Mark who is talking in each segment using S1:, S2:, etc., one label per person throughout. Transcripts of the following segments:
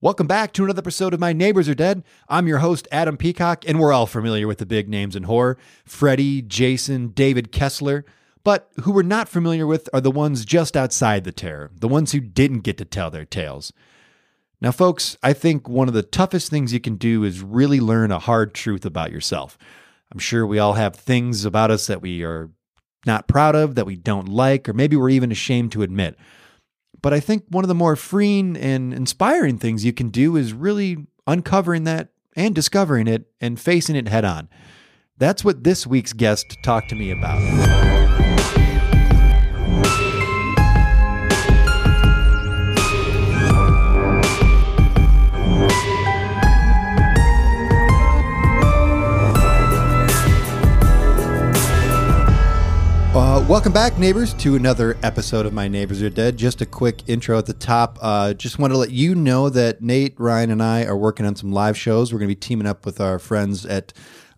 S1: Welcome back to another episode of My Neighbors Are Dead. I'm your host, Adam Peacock, and we're all familiar with the big names in horror Freddy, Jason, David Kessler. But who we're not familiar with are the ones just outside the terror, the ones who didn't get to tell their tales. Now, folks, I think one of the toughest things you can do is really learn a hard truth about yourself. I'm sure we all have things about us that we are not proud of, that we don't like, or maybe we're even ashamed to admit. But I think one of the more freeing and inspiring things you can do is really uncovering that and discovering it and facing it head on. That's what this week's guest talked to me about. Uh, welcome back, neighbors, to another episode of My Neighbors Are Dead. Just a quick intro at the top. Uh, just want to let you know that Nate, Ryan, and I are working on some live shows. We're going to be teaming up with our friends at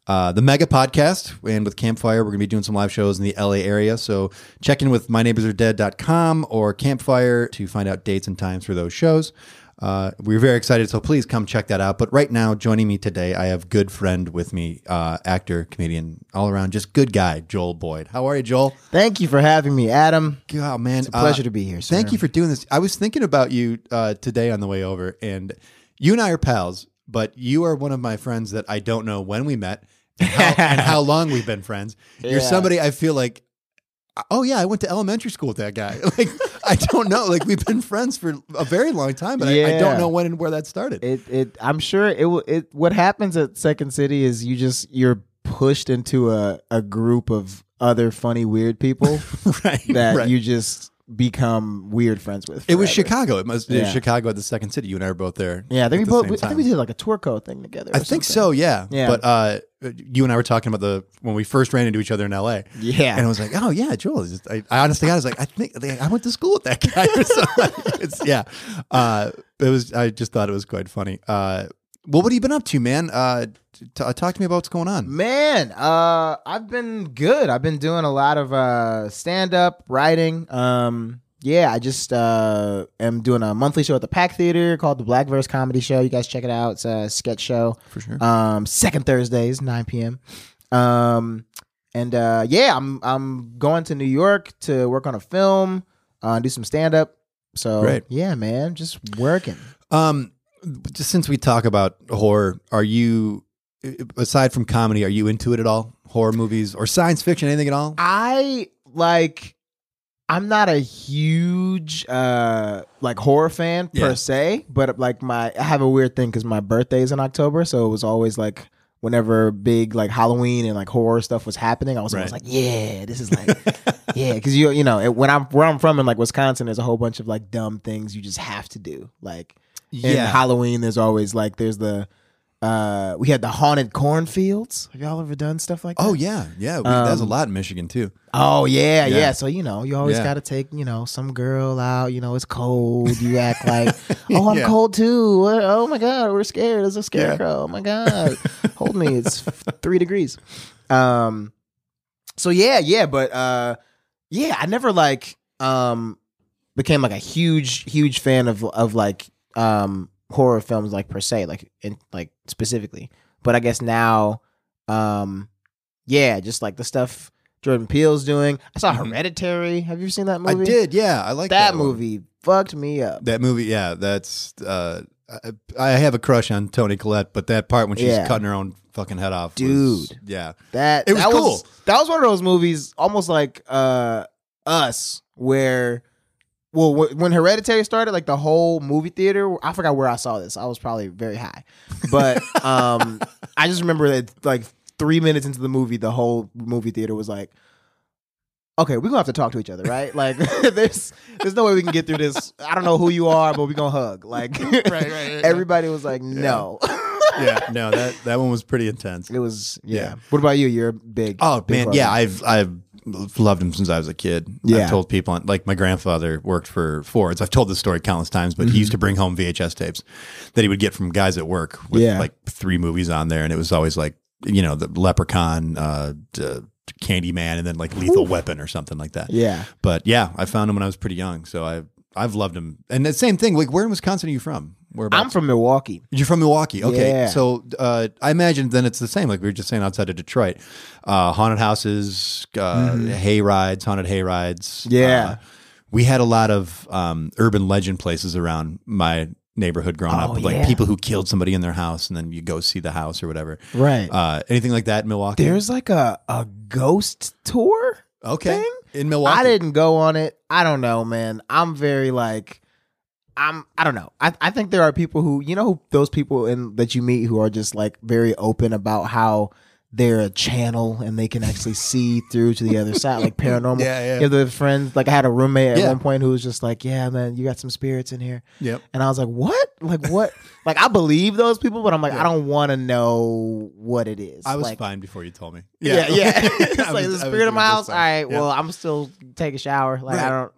S1: uh, the Mega Podcast and with Campfire. We're going to be doing some live shows in the LA area. So check in with myneighborsaredead.com or Campfire to find out dates and times for those shows. Uh, we're very excited, so please come check that out. But right now, joining me today, I have good friend with me, uh, actor, comedian, all around, just good guy, Joel Boyd. How are you, Joel?
S2: Thank you for having me, Adam.
S1: God, man,
S2: It's a pleasure to be here. Sir.
S1: Uh, Thank you for doing this. I was thinking about you uh, today on the way over, and you and I are pals, but you are one of my friends that I don't know when we met and how, and how long we've been friends. You're
S2: Yeah.
S1: somebody I feel like, oh yeah, I went to elementary school with that guy. Like I don't know, like we've been friends for a very long time, but I, I don't
S2: Yeah.
S1: know when and where that started.
S2: It, it. I'm sure it. will- It. What happens at Second City is you just you're pushed into a a group of other funny weird people
S1: right,
S2: that
S1: right.
S2: you just become weird friends with.
S1: it was
S2: forever.
S1: Chicago. It must be
S2: Yeah.
S1: Chicago at the second city. You and I were both there.
S2: Yeah, I think
S1: at
S2: we
S1: the
S2: both.
S1: same
S2: I think
S1: time.
S2: we did like a Tourco thing together. or
S1: I think
S2: something.
S1: so, yeah.
S2: Yeah.
S1: But uh, you and I were talking about the when we first ran into each other in L.A.
S2: Yeah.
S1: and I was like, oh yeah, Joel. is just- I, I honestly, I was like, I think like, I went to school with that guy. Or something. it's, yeah, uh, it was. I just thought it was quite funny. Uh, well, what have you been up to, man? Uh, t- t- talk to me about what's going on.
S2: Man, uh, I've been good. I've been doing a lot of uh, stand up, writing. Um, yeah, I just uh, am doing a monthly show at the Pack Theater called the Black Verse Comedy Show. You guys check it out. It's a sketch show.
S1: For sure.
S2: Um, second Thursdays, 9 p.m. Um, and uh, yeah, I'm I'm going to New York to work on a film, uh, do some stand up. So
S1: Great.
S2: yeah, man, just working.
S1: Um, just since we talk about horror, are you aside from comedy, are you into it at all? Horror movies or science fiction, anything at all?
S2: I like I'm not a huge uh like horror fan
S1: Yeah.
S2: per se, but like my I have a weird thing cuz my birthday is in October, so it was always like whenever big like Halloween and like horror stuff was happening, I was always
S1: Right.
S2: like, yeah, this is like yeah, cuz you you know, it, when I'm where I'm from in like Wisconsin, there's a whole bunch of like dumb things you just have to do. Like in Halloween there's always like there's the uh we had the haunted cornfields. Have y'all ever done stuff like that?
S1: Oh yeah, yeah. We, there's
S2: Um,
S1: a lot in Michigan too.
S2: Oh yeah,
S1: Yeah.
S2: yeah, So you know, you always
S1: Yeah.
S2: got to take you know some girl out. You know, it's cold. You act like, oh, I'm
S1: Yeah.
S2: cold too. What- Oh my god, we're scared. There's a scarecrow. Oh my god, hold me. It's f- three degrees. Um. So yeah, yeah, but uh, yeah, I never like um became like a huge, huge fan of of like um horror films like per se, like in like specifically. But I guess now, um, yeah, just like the stuff Jordan Peele's doing. I saw
S1: Mhm.
S2: Hereditary. Have you seen that movie?
S1: I did. Yeah, I like
S2: That,
S1: that, one.
S2: movie fucked me up.
S1: That movie, yeah, that's. Uh, I, I have a crush on Tony Collette, but that part when she's
S2: Yeah.
S1: cutting her own fucking head off, was-
S2: Dude.
S1: yeah,
S2: That
S1: It was
S2: that
S1: cool.
S2: that was one of those movies, almost like uh Us, where well wh- when Hereditary started, like the whole movie theater. I forgot where I saw this. I was probably very high, but um I just remember that like three minutes into the movie, the whole movie theater was like. Okay, we're gonna have to talk to each other, right? Like, there's there's no way we can get through this. I don't know who you are, but we're gonna hug. Like,
S1: right, right, yeah.
S2: everybody was like, "No."
S1: yeah. No, that that one was pretty intense.
S2: It was yeah.
S1: Yeah.
S2: What about you? You're a big.
S1: Oh
S2: big
S1: man,
S2: Barbie.
S1: yeah, I've I've loved him since I was a kid.
S2: Yeah.
S1: I've told people like my grandfather worked for Ford's. I've told this story countless times,
S2: Mm-hmm.
S1: but he used to bring home VHS tapes that he would get from guys at work with
S2: Yeah.
S1: like three movies on there, and it was always like you know the Leprechaun, uh, d- Candyman, and then like Lethal Weapon or something like that.
S2: yeah.
S1: But yeah, I found him when I was pretty young, so I I've loved him. And the same thing, like where in Wisconsin are you from? Whereabouts?
S2: I'm from Milwaukee.
S1: You're from Milwaukee. Okay.
S2: Yeah.
S1: So uh, I imagine then it's the same, like we were just saying outside of Detroit. Uh, haunted houses, uh, hay rides, haunted hay rides.
S2: Mm-hmm. Yeah.
S1: Uh, we had a lot of um, urban legend places around my neighborhood growing up
S2: Oh,
S1: with like
S2: yeah.
S1: people who killed somebody in their house and then you go see the house or whatever.
S2: Right.
S1: Uh, anything like that in Milwaukee?
S2: There's like a, a ghost tour.
S1: okay.
S2: thing?
S1: In Milwaukee.
S2: I didn't go on it. I don't know, man. I'm very like I'm I don't know. I, I think there are people who you know who those people in that you meet who are just like very open about how they're a channel and they can actually see through to the other side, like paranormal.
S1: Yeah, yeah.
S2: You know, the friends like I had a roommate at
S1: Yeah.
S2: one point who was just like, Yeah, man, you got some spirits in here.
S1: Yep.
S2: And I was like, What? Like what? like I believe those people, but I'm like, I don't wanna know what it is.
S1: I was
S2: like,
S1: fine before you told me.
S2: yeah, yeah. it's
S1: I was-
S2: like
S1: I
S2: the
S1: was
S2: spirit of
S1: doing
S2: my
S1: just
S2: house.
S1: fine.
S2: All right.
S1: Yeah.
S2: Well, I'm still take a shower. Like
S1: Right.
S2: I don't.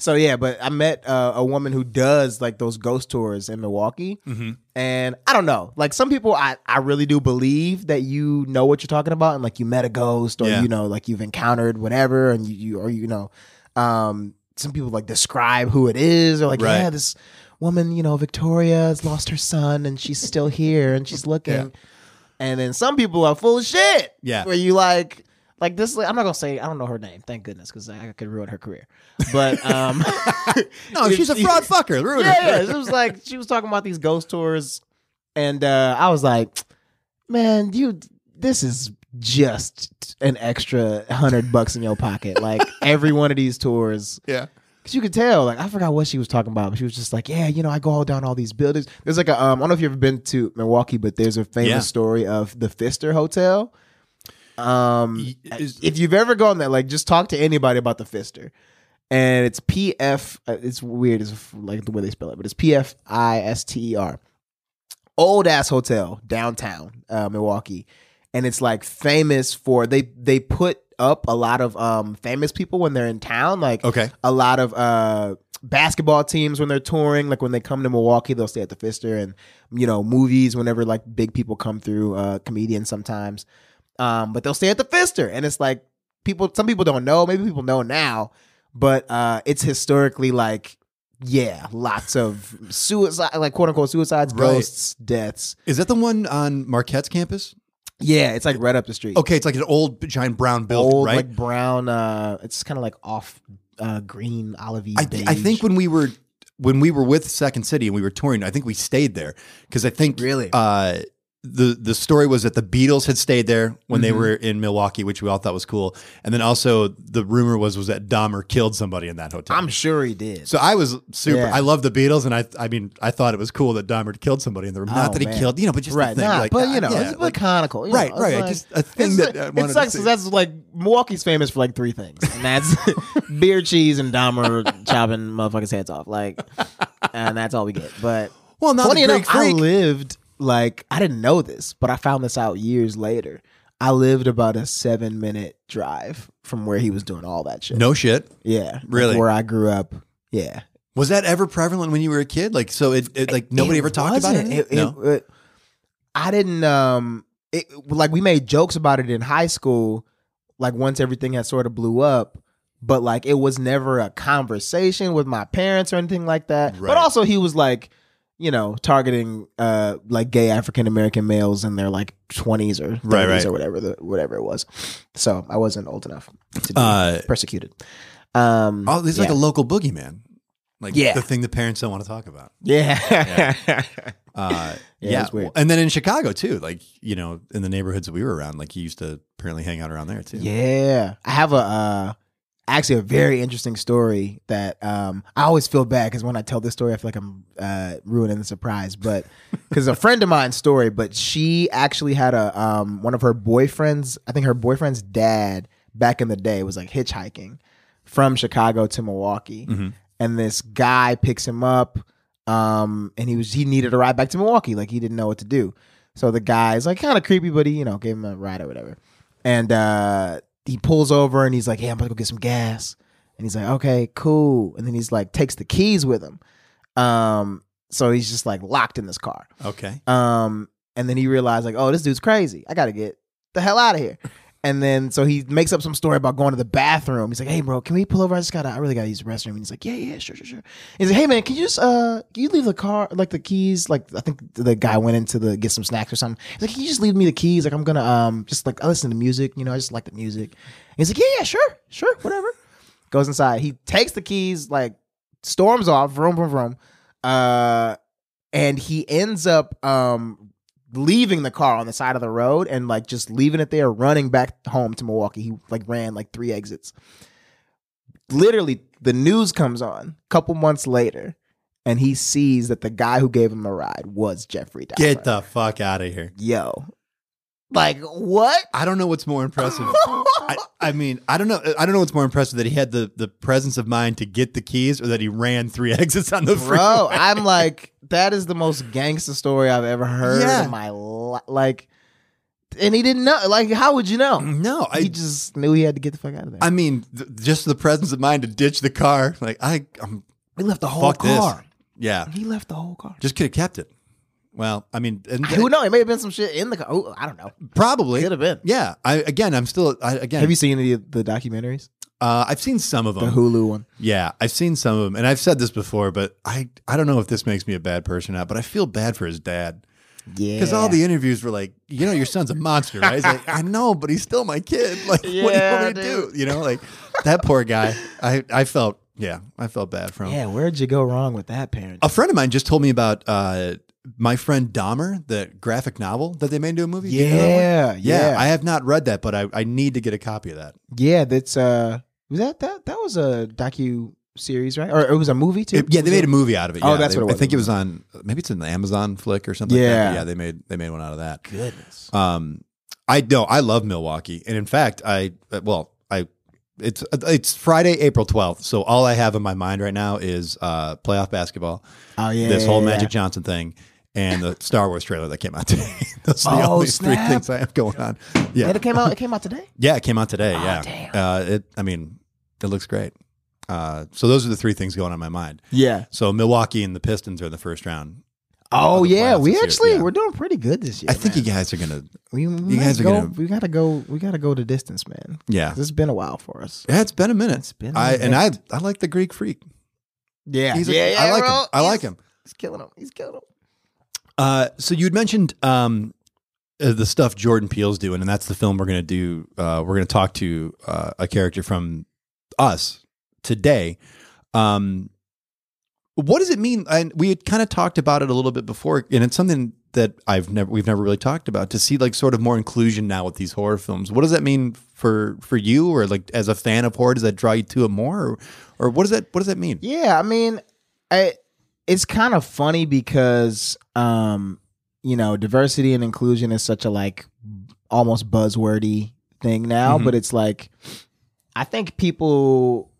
S2: So yeah, but I met uh, a woman who does like those ghost tours in Milwaukee,
S1: Mhm.
S2: and I don't know. Like some people, I I really do believe that you know what you're talking about, and like you met a ghost, or
S1: Yeah.
S2: you know, like you've encountered whatever, and you, you or you know, um, some people like describe who it is, or like
S1: Right.
S2: yeah, this woman, you know, Victoria has lost her son, and she's still here, and she's looking. And then some people are full of shit.
S1: Yeah.
S2: Where you like, like this, I'm not going to say, I don't know her name, thank goodness, because I could ruin her career. But, um,
S1: No,
S2: if
S1: she's a
S2: she-
S1: fraud fucker. Ruin her.
S2: yeah, yeah. It was like, she was talking about these ghost tours. And uh, I was like, man, you, this is just an extra hundred bucks in your pocket. Like, every one of these tours
S1: Yeah.
S2: Cause you could tell, like I forgot what she was talking about, but she was just like, "Yeah, you know, I go all down all these buildings." There's like a, um, I don't know if you've ever been to Milwaukee, but there's a famous
S1: Yeah.
S2: story of the Fister Hotel. Um,
S1: Is-
S2: if you've ever gone there, like just talk to anybody about the Fister, and it's P F. uh, It's weird, it's like the way they spell it, but it's P F I S T E R. Old ass hotel downtown uh, Milwaukee, and it's like famous for they they put up a lot of um famous people when they're in town, like
S1: Okay.
S2: a lot of uh basketball teams when they're touring like when they come to milwaukee they'll stay at the fister and you know movies whenever like big people come through uh comedians sometimes um but they'll stay at the fister and it's like people some people don't know maybe people know now but uh it's historically like yeah lots of suicide like quote unquote suicides
S1: Right.
S2: ghosts deaths
S1: Is that the one on Marquette's campus?
S2: yeah it's like right up the street
S1: Okay, it's like an old giant brown building,
S2: old
S1: right?
S2: like brown uh it's kind of like off uh green olivey
S1: I, th- I think when we were when we were with Second City and we were touring, I think we stayed there because I think
S2: Really?
S1: uh, the the story was that the Beatles had stayed there when they
S2: Mhm.
S1: were in Milwaukee, which we all thought was cool, and then also the rumor was was that Dahmer killed somebody in that hotel.
S2: i'm sure he did
S1: so I was super.
S2: Yeah.
S1: I love the Beatles, and I I mean I thought it was cool that Dahmer had killed somebody in the room. Not
S2: Oh,
S1: that he
S2: man.
S1: killed, you know, but just the
S2: right,
S1: thing,
S2: nah,
S1: like,
S2: but
S1: uh,
S2: you know,
S1: yeah,
S2: it's
S1: like-
S2: mechanical. you
S1: right,
S2: know, it's
S1: right.
S2: like-
S1: just a thing
S2: it's
S1: that I
S2: like-
S1: wanted
S2: it
S1: to
S2: sucks because
S1: see.
S2: that's like Milwaukee's famous for like three things, and that's beer, cheese, and Dahmer chopping motherfuckers' heads off. Like, and that's all we get. But
S1: well, not
S2: funny
S1: the
S2: enough,
S1: Greek
S2: I
S1: freak.
S2: lived like I didn't know this, but I found this out years later. I lived about a seven minute drive from where he was doing all that shit.
S1: no shit.
S2: yeah, like,
S1: Really?
S2: where I grew up. Yeah,
S1: Was that ever prevalent when you were a kid? Like, so it, it like nobody
S2: It
S1: ever talked about it.
S2: wasn't. it- uh, I didn't. Um, it, like we made jokes about it in high school. Like once everything had sort of blew up, but like it was never a conversation with my parents or anything like that.
S1: Right.
S2: But also, he was like, you know, targeting uh like gay African American males in their like twenties or 30s
S1: Right, right.
S2: or whatever the whatever it was. So I wasn't old enough to be
S1: Uh,
S2: persecuted. Um,
S1: oh, it's like
S2: yeah.
S1: a local boogeyman. Like
S2: Yeah.
S1: the thing the parents don't want to talk about.
S2: yeah.
S1: Uh, yeah.
S2: Yeah, it's weird.
S1: And then in Chicago too, like, you know, in the neighborhoods that we were around, like he used to apparently hang out around there too.
S2: Yeah. I have a uh actually a very interesting story that um I always feel bad cuz when I tell this story I feel like I'm uh ruining the surprise, but cuz a friend of mine's story, but she actually had a um one of her boyfriends, I think her boyfriend's dad back in the day was like hitchhiking from Chicago to Milwaukee.
S1: Mhm.
S2: And this guy picks him up um and he was he needed a ride back to Milwaukee, like he didn't know what to do. So the guy's like kind of creepy, but he, you know, gave him a ride or whatever. And uh, he pulls over and he's like, hey, I'm about to go get some gas. And he's like, okay, cool. And then he's like, takes the keys with him. Um, so he's just like locked in this car.
S1: Okay.
S2: Um, and then he realized like, oh, this dude's crazy. I gotta get the hell out of here. And then so he makes up some story about going to the bathroom. He's like, "Hey, bro, can we pull over? I just gotta, I really gotta use the restroom." And he's like, "Yeah, yeah, sure, sure, sure." He's like, "Hey, man, can you just, uh, can you leave the car, like the keys? Like I think the guy went into the get some snacks or something. He's like, can you just leave me the keys? Like I'm gonna, um, just like I listen to music. You know, I just like the music." And he's like, "Yeah, yeah, sure, sure, whatever." Goes inside. He takes the keys, like storms off, vroom, vroom, vroom. Uh, and he ends up um leaving the car on the side of the road and like just leaving it there, running back home to Milwaukee. He like ran like three exits. Literally, the news comes on a couple months later, and he sees that the guy who gave him a ride was Jeffrey Dahmer.
S1: Get the fuck out of here.
S2: yo, like what?
S1: I don't know what's more impressive. I, I mean, I don't know. I don't know what's more impressive that he had the, the presence of mind to get the keys, or that he ran three exits on the freeway.
S2: Bro, I'm like, that is the most gangster story I've ever heard
S1: Yeah.
S2: in my life. Like, and he didn't know. Like, how would you know?
S1: No, I
S2: he just knew he had to get the fuck out of there.
S1: I mean, th- just the presence of mind to ditch the car. Like I, I'm,
S2: he left the whole
S1: fuck this.
S2: car.
S1: Yeah,
S2: He left the whole car.
S1: just could have kept it. Well, I mean, and
S2: Who knows? It may have been some shit in the car. Ooh, I don't know.
S1: probably
S2: Could have been.
S1: Yeah. I again, I'm still I, again.
S2: Have you seen any of the documentaries?
S1: uh, I've seen some of
S2: The
S1: them.
S2: Hulu one.
S1: Yeah, I've seen some of them, and I've said this before, but I I don't know if this makes me a bad person or not, but I feel bad for his dad
S2: Yeah.
S1: because all the interviews were like, you know, your son's a monster, right? He's like, I know, but he's still my kid. Like, what do you
S2: Yeah,
S1: want me to
S2: dude.
S1: do? You know, like that poor guy. I I felt yeah, I felt bad for him.
S2: Yeah, where'd you go wrong with that parent?
S1: A friend of mine just told me about uh, my friend Dahmer, the graphic novel that they made into a movie. Do you know that one?
S2: yeah,
S1: yeah,
S2: yeah.
S1: I have not read that, but I, I need to get a copy of that.
S2: yeah, that's uh was that that that was a docu series, right? Or it was a movie too?
S1: It- yeah, they
S2: Was
S1: made a movie out of it.
S2: Oh,
S1: yeah.
S2: that's
S1: They-
S2: what
S1: I
S2: it was.
S1: think it was on maybe it's an Amazon flick or something. like that,
S2: Yeah.
S1: but yeah. They made they made one out of that.
S2: Goodness.
S1: Um, I no, I love Milwaukee, and in fact, I uh, well, I it's it's Friday, April twelfth. So all I have in my mind right now is uh, playoff basketball,
S2: Oh yeah.
S1: this whole
S2: yeah,
S1: Magic Johnson thing, and the Star Wars trailer that came out today. Those are the
S2: Oh,
S1: only three
S2: snap.
S1: things I have going on.
S2: yeah.
S1: Yeah,
S2: And it came out it came out today?
S1: yeah, it came out today.
S2: Oh,
S1: yeah,
S2: damn.
S1: Uh, it. I mean, it looks great. Uh, so those are the three things going on in my mind.
S2: Yeah.
S1: So Milwaukee and the Pistons are in the first round.
S2: Oh
S1: Other
S2: yeah.
S1: plans
S2: We
S1: this year,
S2: actually
S1: yeah.
S2: we're doing pretty good this year.
S1: I think
S2: man.
S1: you guys are gonna.
S2: we, we
S1: you
S2: might
S1: guys are
S2: go,
S1: gonna-
S2: we gotta go we gotta go the distance, man.
S1: Yeah,
S2: 'Cause It's been a while for us.
S1: yeah. It's been a minute.
S2: It's been a
S1: I and I
S2: minute.
S1: I like the Greek Freak.
S2: Yeah.
S1: He's a-
S2: yeah, yeah,
S1: I like
S2: bro.
S1: him. I like
S2: He's-
S1: him.
S2: He's killing him. He's killing him.
S1: Uh, so you'd mentioned um, uh, the stuff Jordan Peele's doing, and that's the film we're going to do. Uh, we're going to talk to uh, a character from us today. Um, what does it mean? And we had kind of talked about it a little bit before, and it's something that I've never we've never really talked about to see like sort of more inclusion now with these horror films. What does that mean for for you, or like as a fan of horror, does that draw you to it more, or, or what does that what does that mean?
S2: Yeah, I mean, I, it's kind of funny because um, you know, diversity and inclusion is such a like almost buzzwordy thing now,
S1: Mhm.
S2: but it's like I think people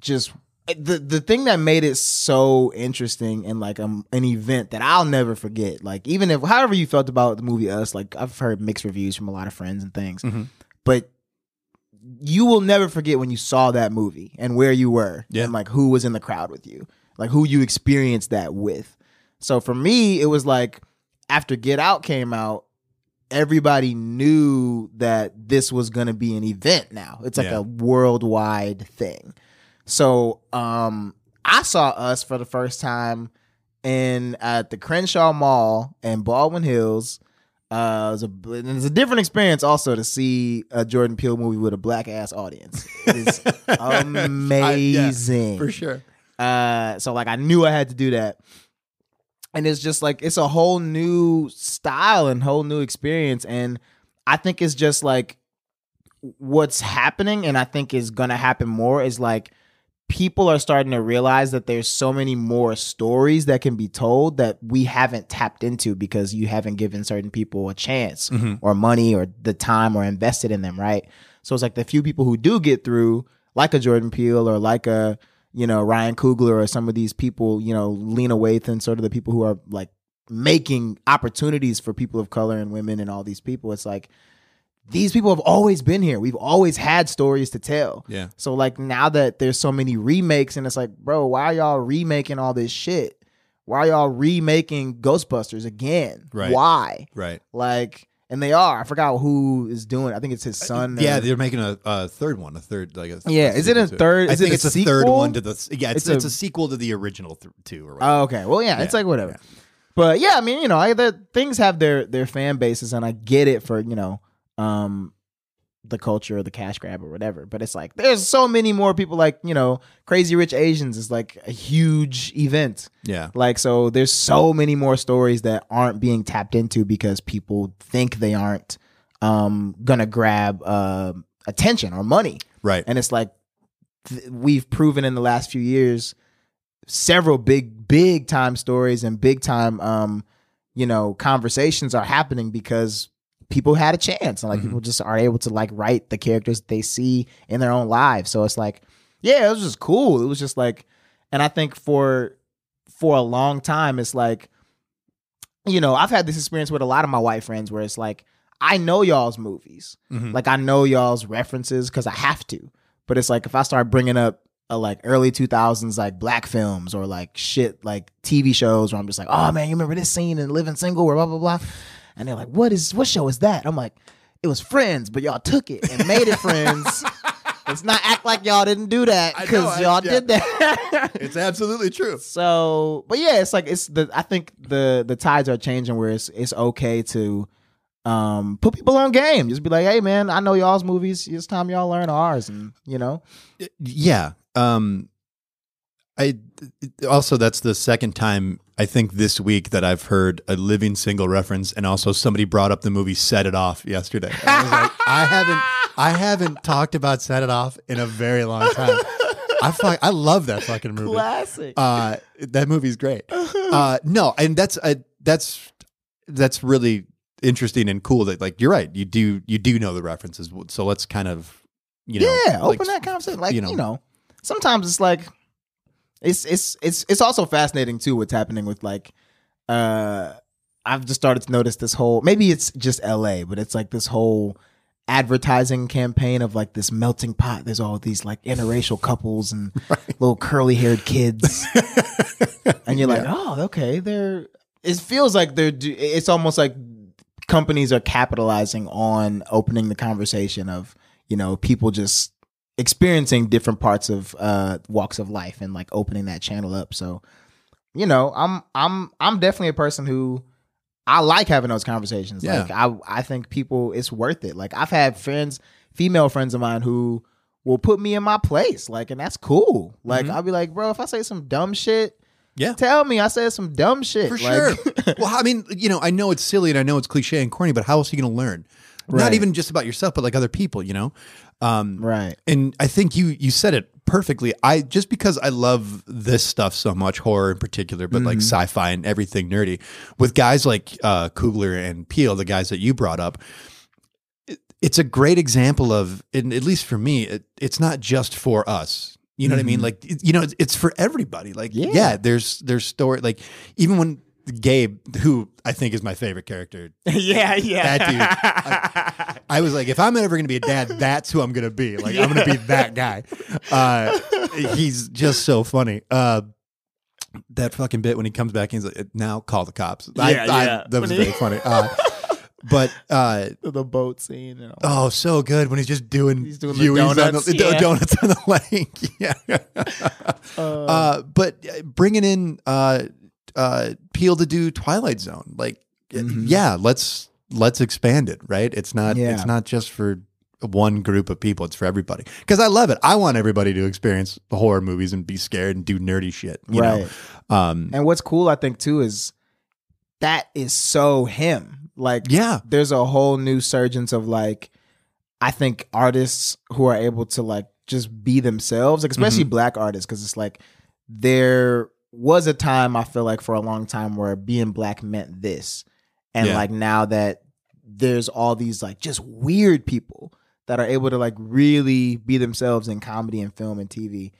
S2: just the the thing that made it so interesting and like um, an event that I'll never forget. Like even if however you felt about the movie Us, like I've heard mixed reviews from a lot of friends and things,
S1: Mhm.
S2: but you will never forget when you saw that movie and where you were
S1: Yeah.
S2: and like who was in the crowd with you, like who you experienced that with. So for me, it was like after Get Out came out, everybody knew that this was going to be an event now. It's like
S1: Yeah.
S2: a worldwide thing. So, um I saw us for the first time in at the Crenshaw Mall in Baldwin Hills. Uh, it was a, and it's a different experience also to see a Jordan Peele movie with a black ass audience. It's Um, amazing.
S1: for sure.
S2: Uh, so like I knew I had to do that. And it's just like it's a whole new style and whole new experience. And I think it's just like what's happening, and I think is gonna happen more is like people are starting to realize that there's so many more stories that can be told that we haven't tapped into because you haven't given certain people a chance
S1: Mhm.
S2: or money or the time or invested in them, right? So it's like the few people who do get through, like a Jordan Peele or like a you know Ryan Coogler or some of these people, you know Lena Waithe and sort of the people who are like making opportunities for people of color and women and all these people. It's like these people have always been here. We've always had stories to tell.
S1: Yeah.
S2: So like now that there's so many remakes and it's like, bro, why are y'all remaking all this shit? Why are y'all remaking Ghostbusters again?
S1: Right.
S2: Why?
S1: Right.
S2: Like and they are. I forgot who is doing. it. I think it's his son.
S1: Uh, Yeah,
S2: or-
S1: they're making a, a third one, a third like a
S2: Yeah, is it a
S1: sequel to
S2: third-
S1: I
S2: is
S1: think
S2: it
S1: it's
S2: a
S1: a, third
S2: sequel?
S1: one to the yeah. It's,
S2: It's
S1: it's,
S2: a-
S1: a, sequel to the original th- two or whatever.
S2: Oh, okay. Well, yeah, it's
S1: Yeah,
S2: like whatever. But yeah, I mean, you know, I, the, things have their their fan bases, and I get it for you know, um, the culture or the cash grab or whatever. But it's like there's so many more people like you know, Crazy Rich Asians is like a huge event.
S1: yeah,
S2: Like so, there's so many more stories that aren't being tapped into because people think they aren't um gonna grab uh, attention or money.
S1: right.
S2: And it's like th- we've proven in the last few years several big, big time stories and big time, um, you know, conversations are happening because people had a chance and like
S1: Mhm.
S2: people just are able to like write the characters that they see in their own lives. So it's like, yeah, it was just cool. It was just like, and I think for for a long time, it's like, you know, I've had this experience with a lot of my white friends where it's like, I know y'all's movies.
S1: Mhm.
S2: Like I know y'all's references because I have to. But it's like if I start bringing up uh like early two thousands like black films or like shit like TV shows where I'm just like, oh man, you remember this scene in Living Single or blah blah blah, and they're like, what is what show is that? I'm like, it was Friends, but y'all took it and made it Friends. Let's not act like y'all didn't do that
S1: I know,
S2: because
S1: I-
S2: y'all
S1: yeah.
S2: did that.
S1: It's absolutely true.
S2: So, but yeah, it's like it's the I think the the tides are changing where it's it's okay to um put people on game. Just be like, hey man, I know y'all's movies. It's time y'all learn ours, and you know,
S1: Yeah. Um I also that's the second time I think this week that I've heard a living single reference and also somebody brought up the movie Set It Off yesterday. And I was like, I haven't I haven't talked about Set It Off in a very long time. I fuck, I love that fucking movie.
S2: classic.
S1: Uh that movie's great. Uh no, and that's uh, that's that's really interesting and cool that like you're right. You do you do know the references. So let's kind of you know
S2: yeah,
S1: like,
S2: open that conversation. Like
S1: you
S2: you know,
S1: know.
S2: sometimes it's like it's it's it's it's also fascinating too what's happening with like uh I've just started to notice this whole maybe it's just LA, but it's like this whole advertising campaign of like this melting pot. There's all these like interracial couples and little curly haired kids. and you're like, oh, okay, they're. It feels like they're. do- It's almost like companies are capitalizing on opening the conversation of you know people just experiencing different parts of uh walks of life and like opening that channel up. So, you know, I'm I'm I'm definitely a person who I like having those conversations.
S1: Yeah.
S2: Like I I think people it's worth it. Like I've had friends, female friends of mine who will put me in my place. Like and that's cool. Like I'll be like, "Bro, if I say some dumb shit,
S1: Yeah.
S2: tell me I said some dumb shit."
S1: For
S2: Like,
S1: sure. well, I mean, you know, I know it's silly and I know it's cliche and corny, but how else are you going to learn?
S2: Right.
S1: Not even just about yourself, but like other people, you know. Um,
S2: right.
S1: and I think you you said it perfectly. I just because I love this stuff so much, horror in particular, but like sci-fi and everything nerdy, with guys like uh, Kugler and Peel, the guys that you brought up. it- It's a great example of, and at least for me, it, it's not just for us. You know what I mean? Like, it- you know, it's, it's for everybody. Like,
S2: Yeah.
S1: yeah. there's there's story. Like, even when Gabe, who I think is my favorite character,
S2: yeah, yeah.
S1: that dude. I, I was like, if I'm ever going to be a dad, that's who I'm going to be. Like, I'm going to be that guy. Uh, he's just so funny. Uh, that fucking bit when he comes back, he's like, now call the cops.
S2: Yeah, yeah.
S1: That was
S2: When he-
S1: very funny. Uh, but uh,
S2: the boat scene and all.
S1: oh, so good when he's just doing,
S2: He's doing the donuts,
S1: on the,
S2: yeah.
S1: donuts on the lake. yeah.
S2: Uh,
S1: Uh, but uh, bringing in uh, uh, Peel to do Twilight Zone, like, y-
S2: Mhm.
S1: yeah, let's let's expand it, right? It's not
S2: Yeah.
S1: it's not just for one group of people; it's for everybody. Because I love it. I want everybody to experience horror movies and be scared and do nerdy shit. You
S2: right.
S1: Know? Um,
S2: And what's cool, I think, too, is that is so him. Like,
S1: yeah.
S2: there's a whole new surgence of like, I think artists who are able to like just be themselves, like
S1: Mm-hmm.
S2: especially black artists, because it's like there was a time I feel like for a long time where being black meant this, and
S1: Yeah.
S2: like now that there's all these like just weird people that are able to like really be themselves in comedy and film and TV.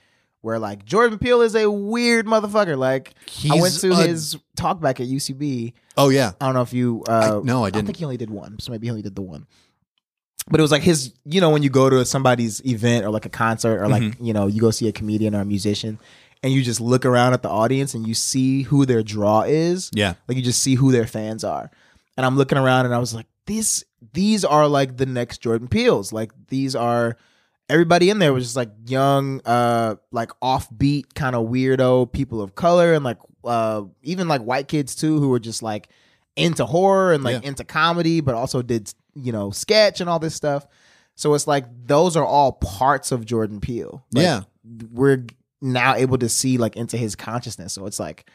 S2: Where like Jordan Peele is a weird motherfucker. Like I went
S1: He's
S2: to
S1: a-
S2: his talk back at UCB.
S1: Oh yeah.
S2: I don't know if you. Uh,
S1: I- no, I
S2: I
S1: didn't.
S2: think he only did one, so maybe he only did the one. But it was like his, you know, when you go to somebody's event or like a concert or like
S1: Mm-hmm.
S2: you know you go see a comedian or a musician, and you just look around at the audience and you see who their draw is.
S1: Yeah.
S2: Like you just see who their fans are. And I'm looking around and I was like, this these are like the next Jordan Peels. Like these are everybody in there was just like young, uh, like offbeat kind of weirdo people of color and like uh even like white kids too who were just like into horror and like
S1: Yeah.
S2: into comedy, but also did you know sketch and all this stuff. So it's like those are all parts of Jordan Peele. Like,
S1: Yeah.
S2: we're now able to see like into his consciousness. So it's like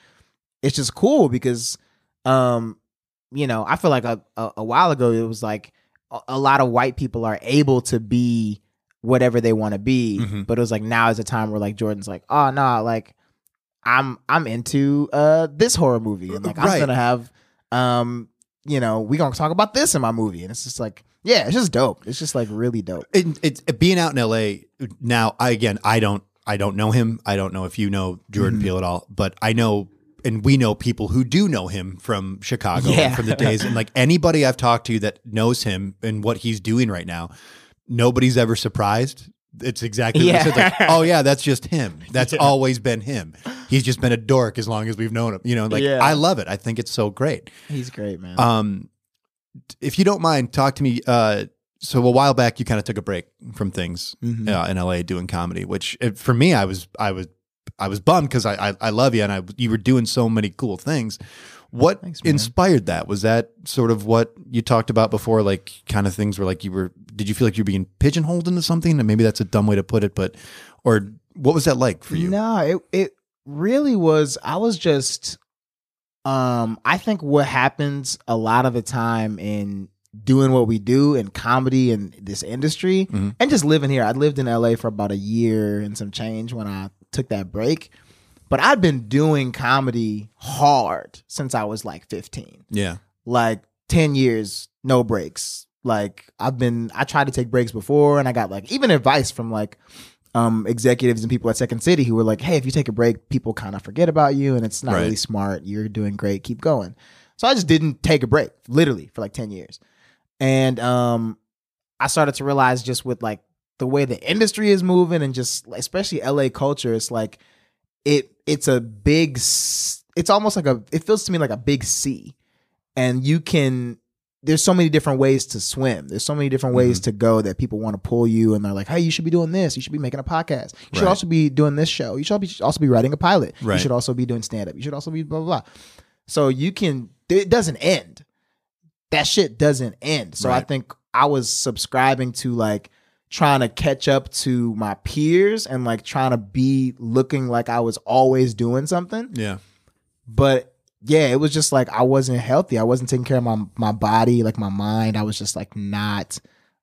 S2: it's just cool because um you know i feel like a, a, a while ago it was like a, a lot of white people are able to be whatever they want to be
S1: Mhm.
S2: but it was like now is a time where like jordan's like oh no like i'm i'm into uh this horror movie and like
S1: Right.
S2: i'm gonna have um you know we gonna talk about this in my movie and it's just like yeah it's just dope it's just like really dope
S1: it, it, it- uh, being out in LA now, I again, I don't, I don't know him. I don't know if you know Jordan
S2: Mhm.
S1: Peele at all, but I know, and we know people who do know him from Chicago, and
S2: Yeah.
S1: from the days, and like anybody I've talked to that knows him and what he's doing right now, nobody's ever surprised. It's exactly what
S2: Yeah.
S1: he says. Like, oh yeah, that's just him. That's always been him. He's just been a dork as long as we've known him. You know, like
S2: Yeah.
S1: I love it. I think it's so great.
S2: he's great man
S1: Um, if you don't mind, talk to me. Uh, so a while back, you kind of took a break from things
S2: Mhm.
S1: uh, in LA doing comedy, which it, for me, I was, I was, I was bummed because I, I, I love you and I, you were doing so many cool things. What
S2: Thanks, man.
S1: inspired that? Was that sort of what you talked about before? Like kind of things where like you were, did you feel like you're being pigeonholed into something? And maybe that's a dumb way to put it, but, or what was that like for you?
S2: No, it it really was. I was just, um, I think what happens a lot of the time in doing what we do in comedy and this industry,
S1: Mhm.
S2: and just living here. I lived in LA for about a year and some change when I took that break, but I'd been doing comedy hard since I was like fifteen
S1: Yeah.
S2: like 10 years no breaks like i've been i tried to take breaks before and i got like even advice from like um executives and people at second city who were like hey if you take a break people kind of forget about you and it's not
S1: Right.
S2: really smart you're doing great keep going so i just didn't take a break literally for like 10 years and um i started to realize just with like the way the industry is moving and just especially la culture it's like it it's a big s- it's almost like a it feels to me like a big sea and you can there's so many different ways to swim there's so many different
S1: Mm-hmm.
S2: ways to go that people want to pull you and they're like hey you should be doing this you should be making a podcast you should
S1: Right.
S2: also be doing this show you should be- also be writing a pilot
S1: Right.
S2: you should also be doing stand up you should also be blah blah blah so you can it doesn't end that shit doesn't end so i
S1: Right.
S2: think i was subscribing to like trying to catch up to my peers and like trying to be looking like i was always doing something
S1: Yeah.
S2: but yeah, it was just like I wasn't healthy. I wasn't taking care of my my body, like my mind. I was just like not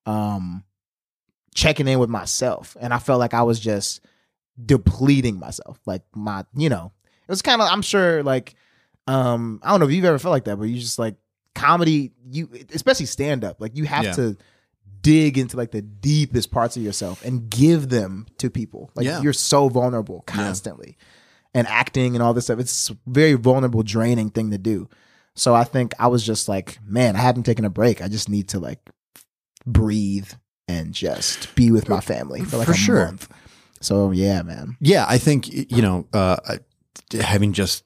S2: um checking in with myself. And I felt like I was just depleting myself. Like my, you know, it was kind of I'm sure like um I don't know if you've ever felt like that, but you just like comedy, you especially stand up, like you have
S1: Yeah.
S2: to dig into like the deepest parts of yourself and give them to people. Like
S1: Yeah.
S2: you're so vulnerable constantly and acting and all this stuff. It's a very vulnerable, draining thing to do. So I think I was just like, man, I haven't taken a break. I just need to like breathe and just be with my family for like
S1: For
S2: a
S1: sure.
S2: month. So yeah, man.
S1: Yeah, I think y- you know, uh, I- having just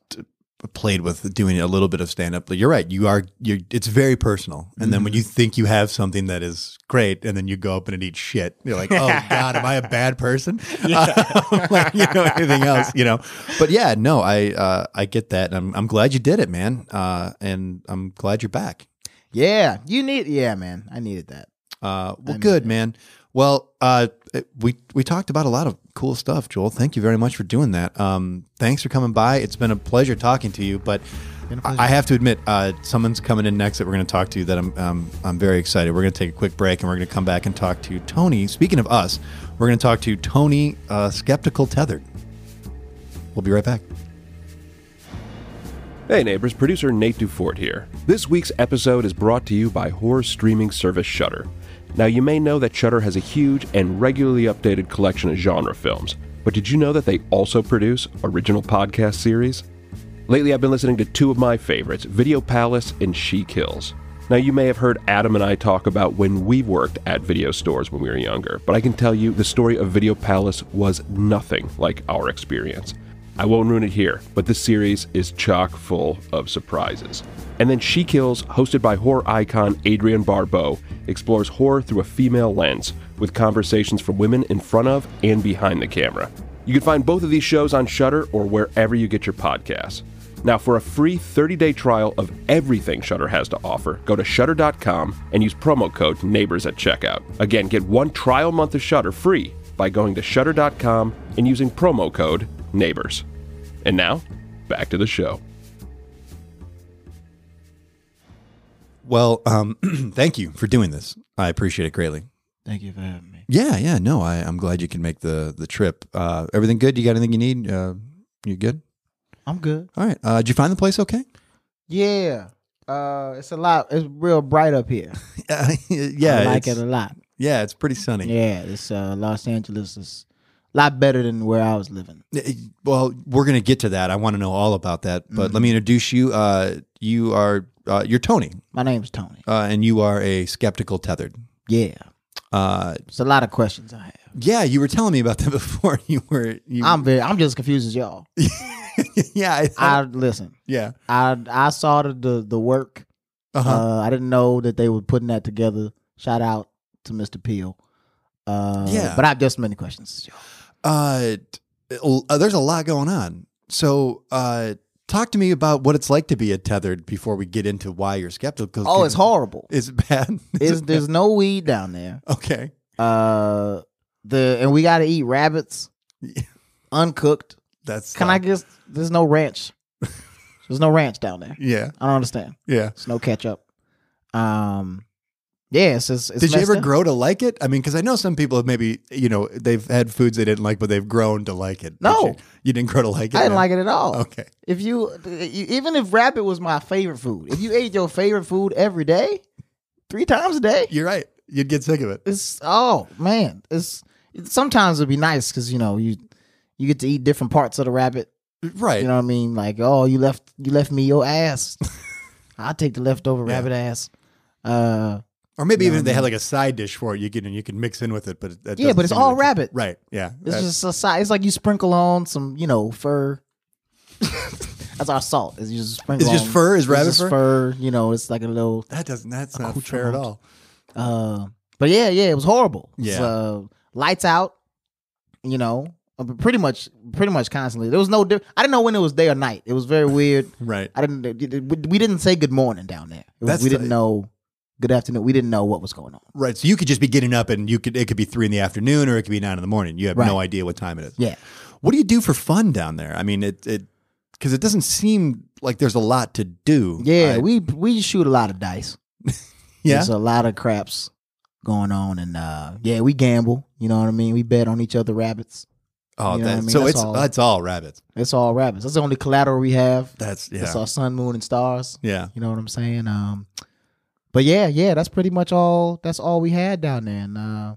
S1: played with doing a little bit of stand up, you're right. You are you. It's very personal. And then when you think you have something that is great, and then you go up and it eats shit, you're like, oh god, am I a bad person? Um, like, you know anything else? You know. But yeah, no, I uh, I get that. And I'm I'm glad you did it, man. Uh, and I'm glad you're back.
S2: Yeah, you need. Yeah, man. I needed that.
S1: Uh, well,
S2: mean
S1: good
S2: it.
S1: man. Well, uh, it- we we talked about a lot of cool stuff, Joel. Thank you very much for doing that. Um, thanks for coming by. It's been a pleasure talking to you. But
S2: Been a pleasure.
S1: I I have to admit, uh, someone's coming in next that we're going to talk to that I'm um, I'm very excited. We're going to take a quick break and we're going to come back and talk to Tony. Speaking of us, we're going to talk to Tony uh, Skeptical Tethered. We'll be right back.
S3: Hey neighbors, producer Nate Dufort here. This week's episode is brought to you by horror streaming service Shudder. Now, you may know that Shudder has a huge and regularly updated collection of genre films, but did you know that they also produce original podcast series? Lately, I've been listening to two of my favorites, Video Palace and She Kills. Now, you may have heard Adam and I talk about when we worked at video stores when we were younger, but I can tell you the story of Video Palace was nothing like our experience. I won't ruin it here, but this series is chock full of surprises. And then She Kills, hosted by horror icon Adrienne Barbeau, explores horror through a female lens with conversations from women in front of and behind the camera. You can find both of these shows on Shudder or wherever you get your podcasts. Now, for a free 30-day trial of everything Shutter has to offer, go to shutter.com and use promo code neighbors at checkout. Again, get one trial month of Shutter free by going to shutter.com and using promo code neighbors. And now, back to the show.
S1: Well, um, thank you for doing this. I appreciate it greatly.
S2: Thank you for having me.
S1: Yeah, yeah. No, I, I'm glad you can make the the trip. Uh, everything good? You got anything you need? Uh, you good?
S2: I'm good.
S1: All right. Uh, did you find the place okay?
S2: Yeah. Uh, it's a lot. It's real bright up here.
S1: Uh, yeah,
S2: I like
S1: it's,
S2: it a lot.
S1: yeah. It's pretty sunny.
S2: Yeah, it's uh, Los Angeles is a lot better than where I was living.
S1: Eh, Well, we're gonna get to that. I want to know all about that. But
S2: Mm-hmm.
S1: let me introduce you. Uh, you are uh, you're Tony,
S2: My name's Tony.
S1: uh, and you are a skeptical tethered.
S2: Yeah,
S1: Uh,
S2: it's a lot of questions I have.
S1: yeah, you were telling me about that before. You were you,
S2: I'm very. I'm just confused as y'all.
S1: yeah, I,
S2: I listen.
S1: yeah.
S2: I I saw the the, the work.
S1: Uh-huh.
S2: Uh, I didn't know that they were putting that together. Shout out to Mr. Peel. Uh,
S1: Yeah.
S2: but I have just many questions. as y'all.
S1: Uh, t- uh, there's a lot going on. So, uh, talk to me about what it's like to be a tethered before we get into why you're skeptical.
S2: Oh, it's horrible.
S1: Is it bad?
S2: It's, there's no weed down there.
S1: okay.
S2: Uh, the and we got to eat rabbits, uncooked.
S1: That's
S2: Can I just? There's no ranch. There's no ranch down there.
S1: Yeah.
S2: I don't understand.
S1: Yeah.
S2: It's no ketchup. Um, yeah, it's, it's, it's
S1: Did you
S2: messed
S1: ever
S2: up.
S1: grow to like it? I mean, because I know some people have maybe you know they've had foods they didn't like, but they've grown to like it. Did
S2: No.
S1: you, you didn't grow to like it.
S2: I didn't
S1: no?
S2: like it at all.
S1: Okay.
S2: If you, you, even if rabbit was my favorite food, if you ate your favorite food every day, three times a day,
S1: You're right. You'd get sick of it.
S2: it's oh man, it's it, sometimes it'd be nice because you know you you get to eat different parts of the rabbit.
S1: Right.
S2: You know what I mean? Like oh, you left you left me your ass. I'll take the leftover
S1: Yeah.
S2: rabbit ass. Uh,
S1: or maybe
S2: you know
S1: even if
S2: what I
S1: they had like a side dish for it, you can you can mix in with it. But that
S2: yeah,
S1: doesn't
S2: but it's
S1: seem
S2: all
S1: like-
S2: rabbit.
S1: Right. Yeah.
S2: It's
S1: Uh,
S2: just a side. It's like you sprinkle on some, you know, fur. That's our salt. Is you just sprinkle.
S1: It's just
S2: on-
S1: fur? Is
S2: it's
S1: rabbit
S2: just
S1: fur?
S2: You know, it's like a little.
S1: that doesn't. That's not fair at
S2: Accoutrement.
S1: all.
S2: Uh, but yeah, yeah, it was horrible. It's,
S1: Yeah.
S2: uh, lights out. You know, uh, pretty much, pretty much constantly. There was no. Di- I didn't know when it was day or night. It was very weird.
S1: Right.
S2: I didn't. it- it- We didn't say good morning down there. It was-
S1: That's
S2: we didn't
S1: the-
S2: know. Good afternoon. We didn't know what was going on.
S1: Right. So you could just be getting up and you could it could be three in the afternoon or it could be nine in the morning. You have no
S2: Right.
S1: idea what time it is.
S2: Yeah.
S1: What do you do for fun down there? I mean, it it because it doesn't seem like there's a lot to do.
S2: Yeah,
S1: I-
S2: we we shoot a lot of dice.
S1: yeah.
S2: There's a lot of craps going on, and uh, yeah, we gamble. You know what I mean? We bet on each other rabbits.
S1: oh,
S2: you know
S1: that,
S2: what I mean?
S1: so
S2: That's
S1: it's
S2: all.
S1: that's all rabbits.
S2: It's all rabbits. That's the only collateral we have.
S1: That's
S2: It's
S1: yeah.
S2: our sun, moon, and stars.
S1: Yeah.
S2: You know what I'm saying? Um, but yeah, yeah, that's pretty much all. That's all we had down there, and uh,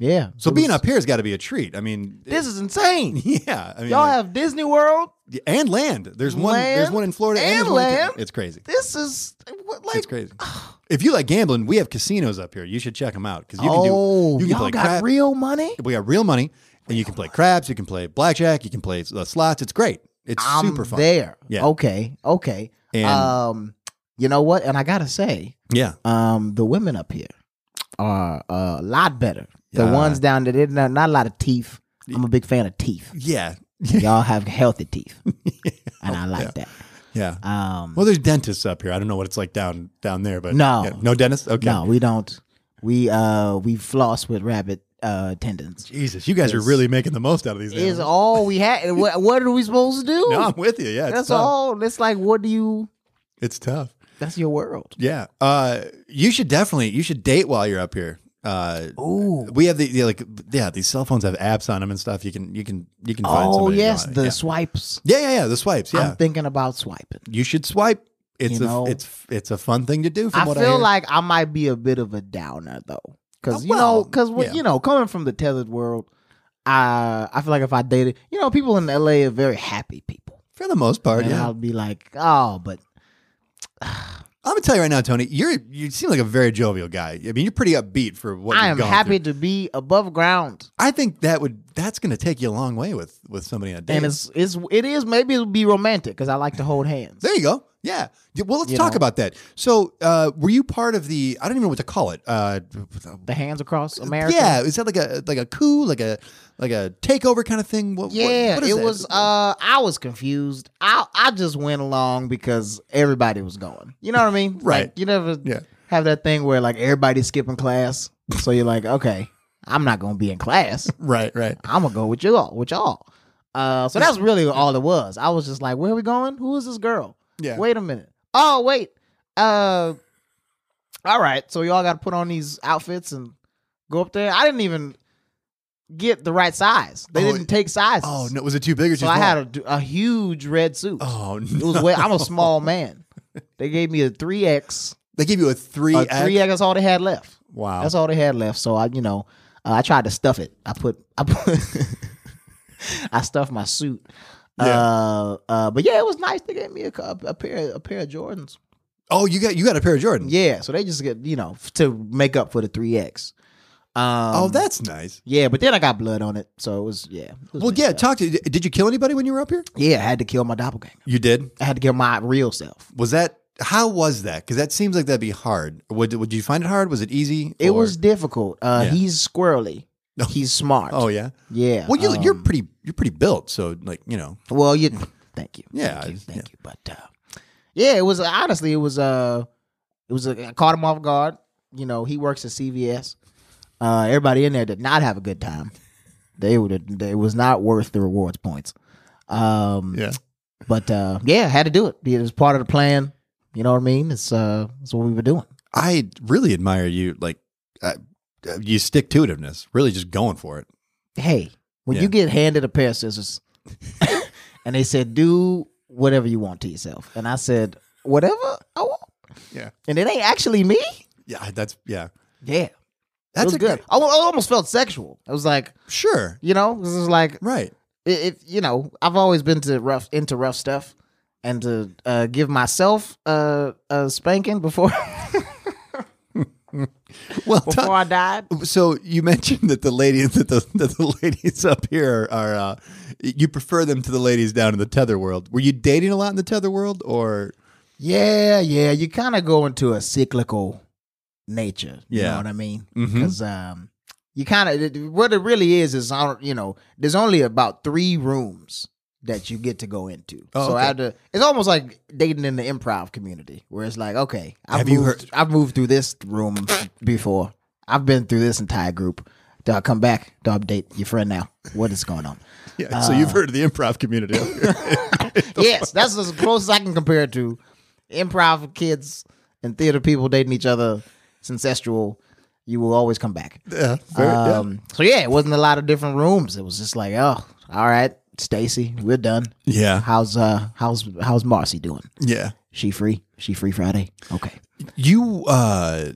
S2: yeah.
S1: So
S2: it
S1: being
S2: was-
S1: up here's got to be a treat. I mean,
S2: this is insane.
S1: yeah. I mean,
S2: Y'all have Disney World.
S1: have and land. There's one. There's
S2: Land
S1: one in Florida and,
S2: and
S1: there's one in Ca-
S2: land.
S1: It's crazy.
S2: This is what, like
S1: it's crazy. if you like gambling, we have casinos up here. You should check them out because you can do.
S2: oh,
S1: you can
S2: y'all
S1: play
S2: got
S1: crap.
S2: real money.
S1: We got real money, and you can play craps, you can play blackjack, you can play uh, slots. It's great. It's
S2: I'm
S1: super fun.
S2: there.
S1: Yeah.
S2: Okay. Okay.
S1: And
S2: um, you know what? And I gotta say,
S1: yeah,
S2: um, the women up here are uh, a lot better. The
S1: Yeah.
S2: ones down there, they're not, not a lot of teeth. I'm a big fan of teeth.
S1: yeah,
S2: Y'all have healthy teeth, and I like
S1: yeah.
S2: that. Um,
S1: Well, there's dentists up here. I don't know what it's like down down there, but
S2: No.
S1: yeah. no dentists. Okay,
S2: no, we don't. We uh, we floss with rabbit uh, tendons.
S1: Jesus, you guys are
S2: Yes.
S1: really making the most out of these.
S2: Is
S1: animals.
S2: all we had. and What, what are we supposed to do?
S1: no, I'm with you. Yeah, it's
S2: that's
S1: tough.
S2: all. It's like, what do you?
S1: It's tough.
S2: That's your world.
S1: Yeah, uh, you should definitely you should date while you're up here. Uh,
S2: Ooh.
S1: we have the, the like yeah these cell phones have apps on them and stuff. You can you can you can find
S2: Oh
S1: somebody
S2: yes,
S1: on it.
S2: the
S1: yeah.
S2: swipes.
S1: yeah yeah yeah the swipes yeah
S2: I'm thinking about swiping.
S1: you should swipe. It's
S2: You
S1: a
S2: know?
S1: it's it's a fun thing to do. From
S2: I
S1: what
S2: feel
S1: I hear.
S2: like I might be a bit of a downer though,
S1: Uh,
S2: because you know,
S1: well,
S2: because
S1: yeah.
S2: you know, coming from the tethered world, I I feel like if I dated, you know, people in L.A. are very happy people,
S1: Oh, for the most part,
S2: and
S1: yeah.
S2: I'll be like, oh, but
S1: I'm gonna tell you right now, Tony. You're you seem like a very jovial guy. I mean, you're pretty upbeat for what
S2: I
S1: you've
S2: am
S1: gone
S2: happy
S1: through.
S2: to be above ground,
S1: I think that would that's gonna take you a long way with with somebody on a date.
S2: and it's it's it is maybe it'll be romantic because I like to hold hands.
S1: There you go. Yeah. Yeah, Well, let's
S2: You
S1: talk
S2: know.
S1: about that. So, uh, were you part of the? I don't even know what to call it. Uh,
S2: The hands across America.
S1: Yeah. Is that like a like a coup, like a like a takeover kind of thing? What, what-
S2: Yeah,
S1: what is
S2: it
S1: that?
S2: was. Uh, I was confused. I I just went along because everybody was going. You know what I mean?
S1: Right.
S2: Like, you never
S1: Yeah.
S2: have that thing where like everybody's skipping class, so you're like, okay, I'm not gonna be in class.
S1: right. Right.
S2: I'm gonna go with you all. With y'all. Uh, so that's really all it was. I was just like, where are we going? Who is this girl?
S1: Yeah.
S2: Wait a minute. Oh wait. Uh, all right. So y'all got to put on these outfits and go up there. I didn't even get the right size. They
S1: Oh,
S2: didn't take sizes.
S1: Oh no! Was it too big or too
S2: So I had a, d- a huge red suit.
S1: oh
S2: It
S1: no!
S2: was way, I'm a small man. They gave me a 3X.
S1: They gave you a three.
S2: A 3X that's all they had left.
S1: Wow.
S2: That's all they had left. So I, you know, uh, I tried to stuff it. I put, I put, I stuffed my suit. Uh, uh, but yeah, it was nice. They gave me a, cou- a pair, a pair of Jordans.
S1: oh, you got you got a pair of Jordan.
S2: Yeah, so they just get you know f- to make up for the three X. Um,
S1: Oh, that's nice.
S2: yeah, but then I got blood on it, so it was yeah. it was
S1: Well,
S2: messed
S1: yeah.
S2: up.
S1: Talk to. Did you kill anybody when you were up here?
S2: yeah. I had to kill my doppelganger.
S1: You did.
S2: I had to kill my real self.
S1: Was that? How was that? Because that seems like that'd be hard. Would Would you find it hard? Was it easy?
S2: It
S1: Or-
S2: was difficult. Uh,
S1: Yeah.
S2: He's squirrely.
S1: No.
S2: He's smart.
S1: Oh yeah.
S2: yeah.
S1: Well, you,
S2: um,
S1: you're pretty. You're pretty built. So like you know.
S2: Well, you. Thank you.
S1: Yeah,
S2: Thank you.
S1: it's-
S2: Thank you. But uh, yeah, it was honestly, it was uh, it was uh, I caught him off guard. You know, he works at CVS. Uh, everybody in there did not have a good time. They would. It was not worth the rewards points. Um,
S1: Yeah.
S2: But uh, yeah, had to do it. It was part of the plan. You know what I mean? It's uh, it's what we were doing.
S1: I really admire you. Like, uh, uh, you stick to itiveness, really just going for it.
S2: hey, when
S1: Yeah.
S2: you get handed a pair of scissors and they said, do whatever you want to yourself. And I said, whatever I want.
S1: Yeah.
S2: And it ain't actually me.
S1: Yeah, that's yeah,
S2: Yeah. That
S1: that's
S2: was
S1: a
S2: good.
S1: great-
S2: I, al- I almost felt sexual. I was like,
S1: sure,
S2: you know, this is like,
S1: right?
S2: it, it, you know, I've always been to rough into rough stuff and to uh, give myself uh, a spanking before
S1: Well, t-
S2: before I died.
S1: so you mentioned that the lady that the that the ladies up here are, uh, you prefer them to the ladies down in the tether world. Were you dating a lot in the tether world, or
S2: Yeah, yeah. You kind of go into a cyclical nature. You
S1: Yeah.
S2: know what I mean?
S1: Mhm.
S2: Because um, you kind of, what it really is, is, I don't- you know, there's only about three rooms that you get to go into.
S1: Oh,
S2: so
S1: okay.
S2: after, it's almost like dating in the improv community where it's like, okay, I've,
S1: Have
S2: moved,
S1: you heard-
S2: I've moved through this room before. I've been through this entire group. Do I come back to update your friend now? What is going on?
S1: yeah? so
S2: Uh,
S1: you've heard of the improv community. up here.
S2: yes, that's as close as I can compare it to improv kids and theater people dating each other. It's ancestral. You will always come back.
S1: yeah, very- yeah.
S2: Um, So yeah, it wasn't a lot of different rooms. It was just like, oh, all right, Stacy, we're done.
S1: yeah,
S2: How's uh, how's how's Marcy doing?
S1: yeah.
S2: She free? She free Friday? Okay.
S1: You, uh,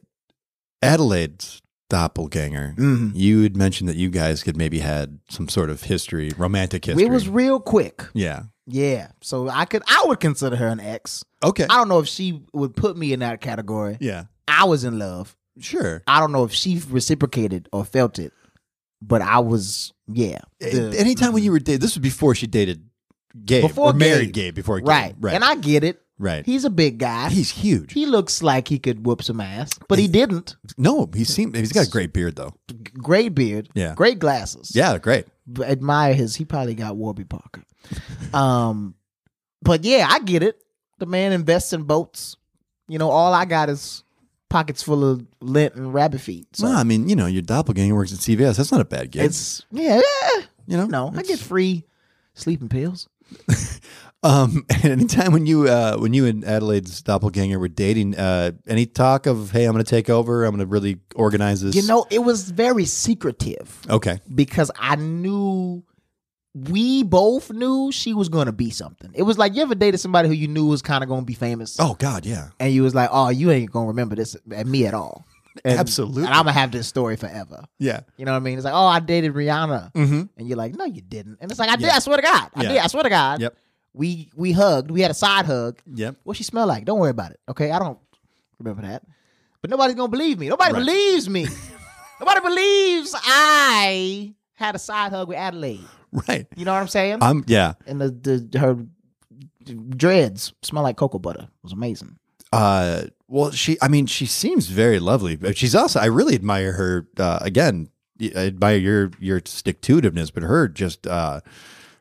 S1: Adelaide's doppelganger.
S2: Mhm.
S1: You had mentioned that you guys had maybe had some sort of history, romantic history.
S2: It was real quick.
S1: yeah.
S2: Yeah. So I could, I would consider her an ex.
S1: Okay.
S2: I don't know if she would put me in that category.
S1: yeah.
S2: I was in love.
S1: Sure.
S2: I don't know if she reciprocated or felt it, but I was yeah.
S1: A-
S2: the-
S1: Anytime when you were dating, this was before she dated Gabe
S2: Before
S1: or married Gabe
S2: Gabe.
S1: before Gabe.
S2: right,
S1: Right.
S2: and I get it.
S1: right.
S2: He's a big guy.
S1: he's huge.
S2: he looks like he could whoop some ass, but he didn't.
S1: no, he seemed he's got a great beard though.
S2: G- Great beard.
S1: Yeah.
S2: Great glasses.
S1: Yeah, great.
S2: B- Admire his. He probably got Warby Parker. um, but yeah, I get it. The man invests in boats. You know, all I got is pockets full of lint and rabbit feet. So
S1: well, I mean, you know, your doppelganger works at CVS. That's not a bad gig.
S2: it's yeah, yeah.
S1: you know,
S2: No, I
S1: It's-
S2: get free sleeping pills.
S1: Um, and anytime when you uh, when you and Adelaide's doppelganger were dating, uh, any talk of hey, I'm going to take over, I'm going to really organize this.
S2: You know, it was very secretive
S1: Okay.
S2: because I knew we both knew she was gonna be something. It was like you ever dated somebody who you knew was kind of gonna be famous,
S1: Oh God, yeah,
S2: and you was like, "Oh, you ain't gonna remember this at me at all." And,
S1: Absolutely.
S2: and I'm gonna have this story forever.
S1: yeah.
S2: You know what I mean? It's like, "Oh, I dated Rihanna,"
S1: Mm-hmm.
S2: and you're like, "No, you didn't." And it's like, "I did.
S1: Yeah.
S2: I swear to God, I
S1: Yeah.
S2: did. I swear to God."
S1: Yep.
S2: We we hugged. We had a side hug.
S1: Yep.
S2: What she smell like? Don't worry about it. Okay, I don't. Remember that. But nobody's gonna believe me. Nobody
S1: Right.
S2: believes me. Nobody believes I had a side hug with Adelaide.
S1: Right.
S2: You know what I'm saying?
S1: I'm yeah.
S2: and the, the her dreads smell like cocoa butter. It was amazing.
S1: Uh well she I mean she seems very lovely, but she's also I really admire her uh again, I admire your your stick to itiveness, but her just uh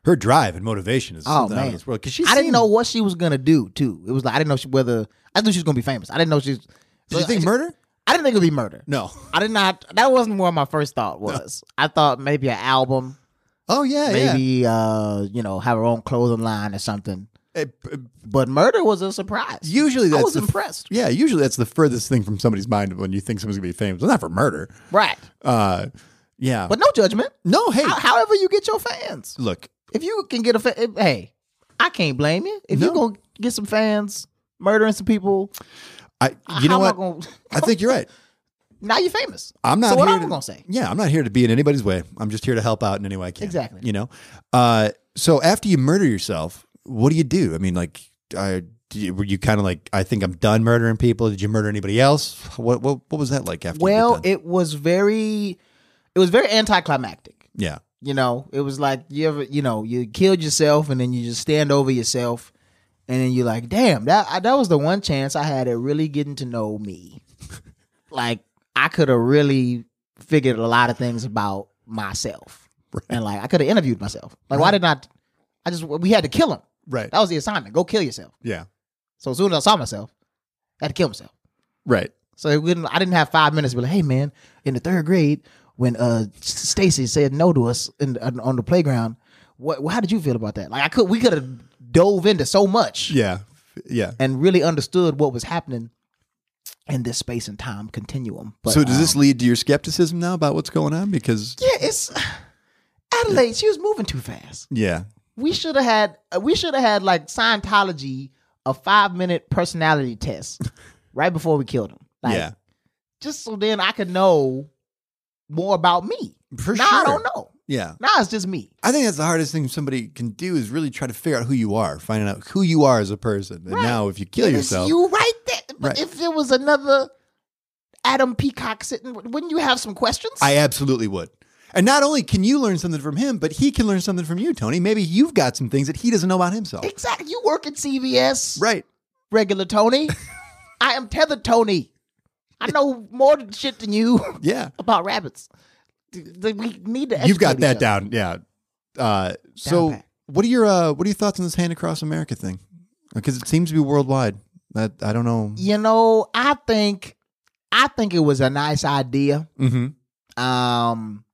S1: her drive and motivation is
S2: Oh,
S1: something out
S2: man.
S1: of this world. Cause she
S2: I didn't
S1: seemed-
S2: know what she was gonna do too. It was like I didn't know she, whether I knew she was gonna be famous. I didn't know she. Was,
S1: Did you think murder?
S2: I didn't think it'd be murder.
S1: No.
S2: I did not. That wasn't where my first thought was. I thought maybe an album,
S1: Oh yeah,
S2: maybe uh, you know, have her own clothing line or something.
S1: yeah. It- it-
S2: But murder was a surprise.
S1: Eh, usually that's
S2: I was
S1: the-
S2: impressed.
S1: yeah, usually that's the furthest thing from somebody's mind when you think someone's gonna be famous. Well, not for murder.
S2: Right,
S1: Uh yeah.
S2: but no judgment.
S1: no, hey,
S2: How- however, you get your fans.
S1: look,
S2: If you can get a fan, if- hey, I can't blame you. If
S1: No.
S2: you're gonna get some fans, murdering some people,
S1: I you know
S2: how am
S1: what?
S2: I gonna-
S1: I think you're right.
S2: now you're famous.
S1: I'm not
S2: So what
S1: here
S2: am I
S1: to-
S2: gonna say?
S1: Yeah, I'm not here to be in anybody's way. I'm just here to help out in any way I can.
S2: Exactly.
S1: You know. Uh, so after you murder yourself, what do you do? I mean, like, I do you- were you kind of like, I think I'm done murdering people. Did you murder anybody else? What what what was that like after?
S2: Well,
S1: you get done?
S2: it was very, it was very anticlimactic.
S1: yeah,
S2: You know, it was like you ever, you know, you killed yourself and then you just stand over yourself, and then you're like, damn, that I, that was the one chance I had at really getting to know me. like I could have really figured a lot of things about myself, and like I could have interviewed myself. Like why did not? I just we had to kill him.
S1: right,
S2: That was the assignment. Go kill yourself.
S1: yeah,
S2: So as soon as I saw myself, I had to kill myself.
S1: right.
S2: So it wouldn't, I didn't have five minutes to be like, hey man, in the third grade, when uh Stacy said no to us in, on on the playground, what how did you feel about that? Like I could we could have dove into so much
S1: Yeah, yeah.
S2: and really understood what was happening in this space and time continuum. But
S1: so does this
S2: um,
S1: lead to your skepticism now about what's going on? Because
S2: Yeah, it's Adelaide, she was moving too fast.
S1: yeah,
S2: We should have had uh, we should have had like Scientology a five minute personality test right before we killed him. Like,
S1: yeah,
S2: just so then I could know more about me.
S1: for
S2: now
S1: sure.
S2: I don't know.
S1: Yeah,
S2: Now it's just me.
S1: I think that's the hardest thing somebody can do is really try to figure out who you are, finding out who you are as a person. And
S2: Right.
S1: now, if you kill
S2: And it's
S1: yourself,
S2: You right there. But
S1: Right.
S2: if it was another Adam Peacock sitting, wouldn't you have some questions?
S1: I absolutely would. And not only can you learn something from him, but he can learn something from you, Tony. Maybe you've got some things that he doesn't know about himself.
S2: exactly. You work at CVS,
S1: Right.
S2: regular Tony. I am tethered Tony. I know more shit than you
S1: Yeah.
S2: about rabbits. Th- th- We need to.
S1: You've got
S2: educate
S1: that
S2: each other.
S1: down. Yeah. Uh, so
S2: pat.
S1: what are your uh, what are your thoughts on this hand across America thing? Because it seems to be worldwide. That I don't know.
S2: You know, I think, I think it was a nice idea.
S1: Mm-hmm.
S2: Um,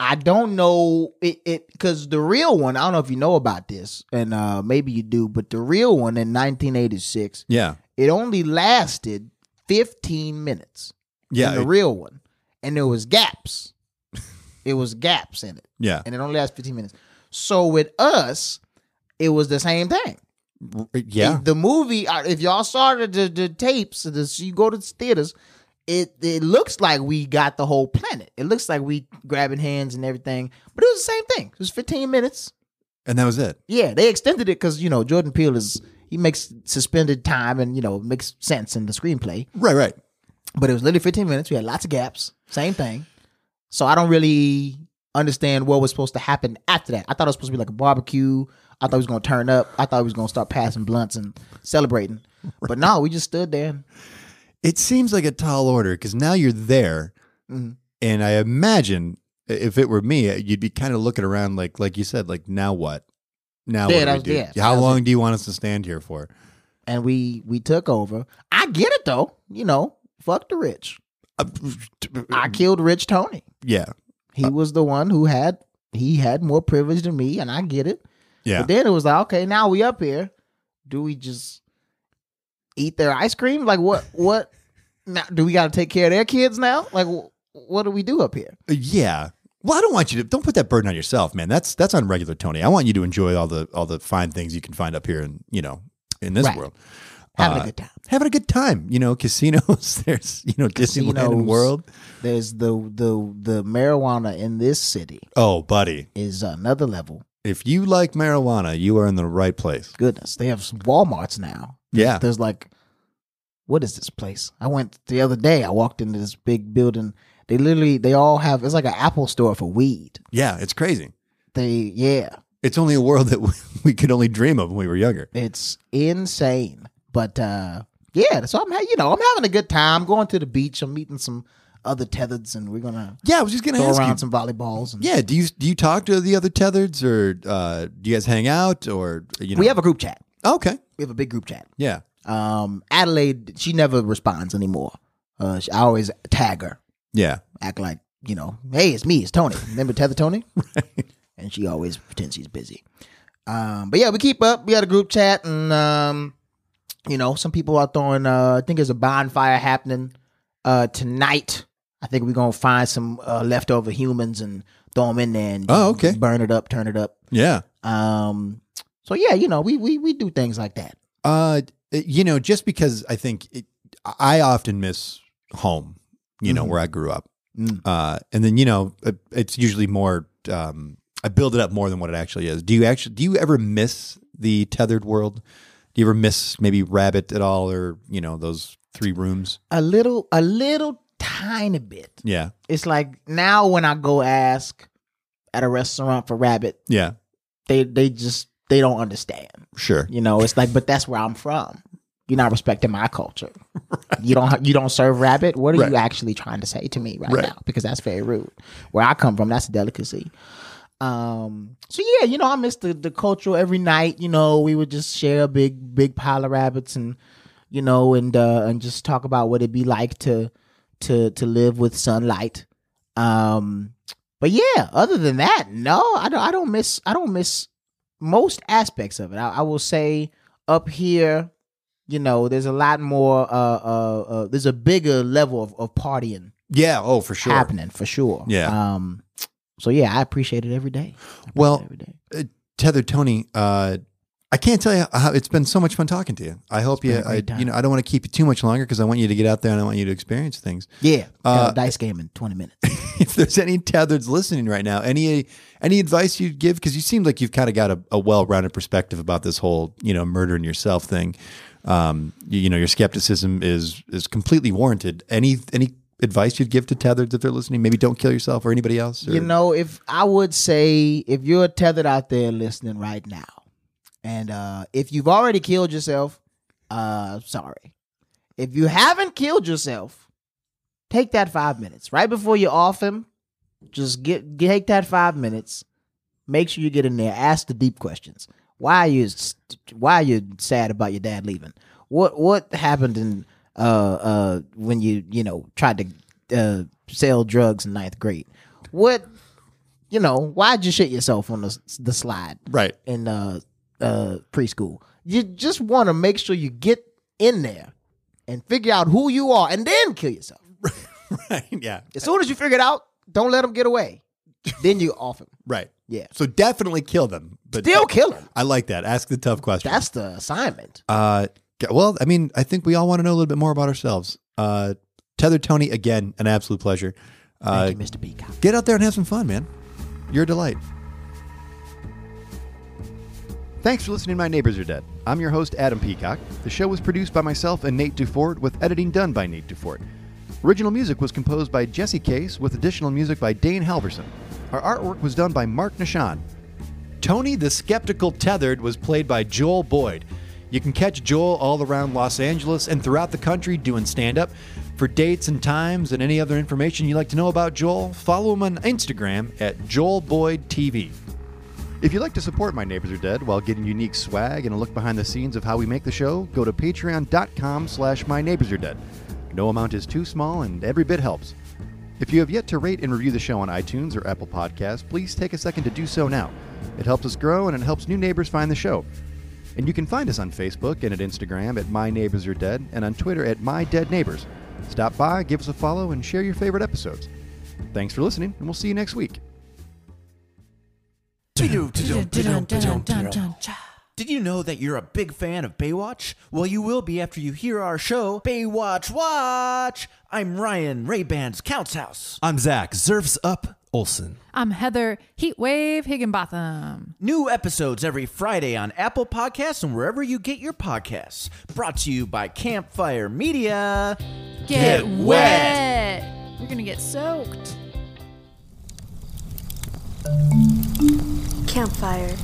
S2: I don't know it it because the real one. I don't know if you know about this, and uh, maybe you do, but the real one in 1986,
S1: Yeah.
S2: it only lasted 15 minutes.
S1: Yeah.
S2: in the
S1: it-
S2: real one, and there was gaps. it was gaps in it,
S1: yeah.
S2: and it only lasted 15 minutes. So with us, it was the same thing.
S1: Yeah.
S2: The, the movie, uh, if y'all saw the, the, the tapes, this, you go to theaters, it it looks like we got the whole planet. It looks like we grabbing hands and everything, but it was the same thing. It was 15 minutes.
S1: And that was it.
S2: Yeah, they extended it because, you know, Jordan Peele is, he makes suspended time and, you know, makes sense in the screenplay.
S1: Right. Right.
S2: But it was literally 15 minutes. We had lots of gaps. Same thing. So I don't really understand what was supposed to happen after that. I thought it was supposed to be like a barbecue. I thought he was going to turn up. I thought he was going to start passing blunts and celebrating. But no, we just stood there. And,
S1: It seems like a tall order because now you're there,
S2: Mhm.
S1: and I imagine if it were me, uh, you'd be kind of looking around like, like you said, like now what? Now
S2: Yeah,
S1: what do
S2: that
S1: we
S2: was-
S1: do?
S2: yeah,
S1: How
S2: that was
S1: long do you want us to stand here for?
S2: and we we took over. I get it though. You know, fuck the rich.
S1: Uh,
S2: I killed Rich Tony.
S1: yeah,
S2: He
S1: Uh,
S2: was the one who had he had more privilege than me, and I get it.
S1: yeah.
S2: But then it was like, okay, now we up here. Do we just eat their ice cream? Like what? What? Now, do we got to take care of their kids now? Like wh- what do we do up here?
S1: Uh, yeah. Well, I don't want you to don't put that burden on yourself, man. That's that's on regular Tony. I want you to enjoy all the all the fine things you can find up here, and you know, in this
S2: Right.
S1: world,
S2: Having
S1: Uh,
S2: a good time.
S1: having a good time. You know, casinos. There's you know Disneyland and
S2: Casinos.
S1: World.
S2: There's the the the marijuana in this city
S1: Oh, buddy,
S2: is another level.
S1: if you like marijuana, you are in the right place.
S2: Goodness, they have some WalMarts now.
S1: Yeah,
S2: There's like what is this place? I went the other day. I walked into this big building. They literally, they all have. It's like an Apple store for weed.
S1: Yeah, it's crazy.
S2: They, yeah,
S1: It's only a world that we, we could only dream of when we were younger.
S2: it's insane. But uh, yeah, so I'm, ha- you know, I'm having a good time. Going to the beach. I'm meeting some other tethereds, and we're gonna
S1: Yeah, I was just gonna
S2: throw
S1: ask
S2: around
S1: you.
S2: some volleyballs. And
S1: yeah, do you do you talk to the other tethereds, or uh, do you guys hang out, or you know?
S2: we have a group chat.
S1: okay,
S2: We have a big group chat.
S1: yeah,
S2: Um, Adelaide, she never responds anymore. Uh, she, I always tag her,
S1: yeah,
S2: act like you know, hey, it's me, it's Tony. Remember Tether Tony? And she always pretends she's busy. Um, but yeah, we keep up. We had a group chat, and um, you know, some people are throwing. Uh, I think there's a bonfire happening uh, tonight. I think we're gonna find some uh, leftover humans and throw them in there and
S1: Oh, okay.
S2: burn it up, turn it up.
S1: yeah.
S2: Um, so yeah, you know, we we we do things like that.
S1: Uh, you know, just because I think it, I often miss home, you know,
S2: Mhm.
S1: where I grew up.
S2: Mm.
S1: Uh, and then, you know, it, it's usually more, um, I build it up more than what it actually is. Do you actually, do you ever miss the tethered world? Do you ever miss maybe rabbit at all or, you know, those three rooms?
S2: A little, a little tiny bit.
S1: Yeah.
S2: It's like now when I go ask at a restaurant for rabbit,
S1: Yeah.
S2: they they just they don't understand.
S1: Sure.
S2: You know, it's like, but that's where I'm from. You're not respecting my culture. You don't you don't serve rabbit. What are
S1: Right.
S2: you actually trying to say to me right,
S1: Right.
S2: now? Because that's very rude. Where I come from, that's a delicacy. Um. So yeah, you know, I miss the the culture every night. You know, we would just share a big big pile of rabbits and you know and uh and just talk about what it'd be like to to to live with sunlight. Um. But yeah, other than that, no, I don't. I don't miss. I don't miss most aspects of it. I, I will say up here, you know, there's a lot more. Uh, uh, uh there's a bigger level of, of partying
S1: Yeah. Oh, for sure.
S2: happening for sure.
S1: Yeah.
S2: Um. So yeah, I appreciate it every day. I appreciate
S1: Well-
S2: it every day.
S1: Tethered Tony, uh, I can't tell you how it's been so much fun talking to you. I hope
S2: been
S1: you,
S2: a
S1: I,
S2: great time.
S1: you know, I don't want to keep you too much longer because I want you to get out there and I want you to experience things.
S2: yeah,
S1: uh,
S2: got a dice game in 20 minutes.
S1: if there's any tethereds listening right now, any any advice you'd give? Because you seem like you've kind of got a, a well-rounded perspective about this whole you know murdering yourself thing. Um, you, you know, your skepticism is is completely warranted. Any any advice you'd give to tethereds if they're listening? Maybe don't kill yourself or anybody else. Or,
S2: You know, if I would say if you're tethered out there listening right now, and uh, if you've already killed yourself, uh, sorry. If you haven't killed yourself, take that five minutes right before you off him. Just get, get take that five minutes. Make sure you get in there. Ask the deep questions. Why are you s- Why are you sad about your dad leaving? What What happened in uh uh when you you know tried to uh, sell drugs in ninth grade? What you know? Why'd you shit yourself on the s- the slide?
S1: right?
S2: in uh, uh, preschool. You just want to make sure you get in there and figure out who you are, and then kill yourself.
S1: Right? Yeah.
S2: As soon as you figure it out, don't let them get away. then you off him.
S1: Right.
S2: Yeah,
S1: So definitely kill them. But
S2: still kill him.
S1: I like that. Ask the tough questions.
S2: That's the assignment.
S1: Uh, g- well, I mean, I think we all want to know a little bit more about ourselves. Uh, Tether Tony, again, an absolute pleasure. Uh,
S2: Thank you, Mr. Peacock.
S1: get out there and have some fun, man. You're a delight. Thanks for listening to My Neighbors Are Dead. I'm your host, Adam Peacock. The show was produced by myself and Nate Duford, with editing done by Nate Duford. Original music was composed by Jesse Case, with additional music by Dane Halverson. Our artwork was done by Mark Nishan. Tony the Skeptical Tethered was played by Joel Boyd. You can catch Joel all around Los Angeles and throughout the country doing stand up. For dates and times and any other information you'd like to know about Joel, follow him on Instagram at JoelBoydTV. If you'd like to support My Neighbors Are Dead while getting unique swag and a look behind the scenes of how we make the show, go to patreon.com slash my neighbors are dead. No amount is too small and every bit helps. If you have yet to rate and review the show on iTunes or Apple Podcasts, please take a second to do so now. It helps us grow and it helps new neighbors find the show. And you can find us on Facebook and at Instagram at My Neighbors Are Dead and on Twitter at My Dead Neighbors. Stop by, give us a follow, and share your favorite episodes. Thanks for listening, and we'll see you next week.
S4: Did you know that you're a big fan of Baywatch? Well, you will be after you hear our show, Baywatch Watch. I'm Ryan Rayband's Counts House.
S5: I'm Zach. Zerf's up.
S1: Olson.
S5: I'm Heather Heatwave Higginbotham.
S4: New episodes every Friday on Apple Podcasts and wherever you get your podcasts. Brought to you by Campfire Media.
S5: Get,
S4: Get wet.
S5: wet. You're gonna get soaked.
S6: Campfire.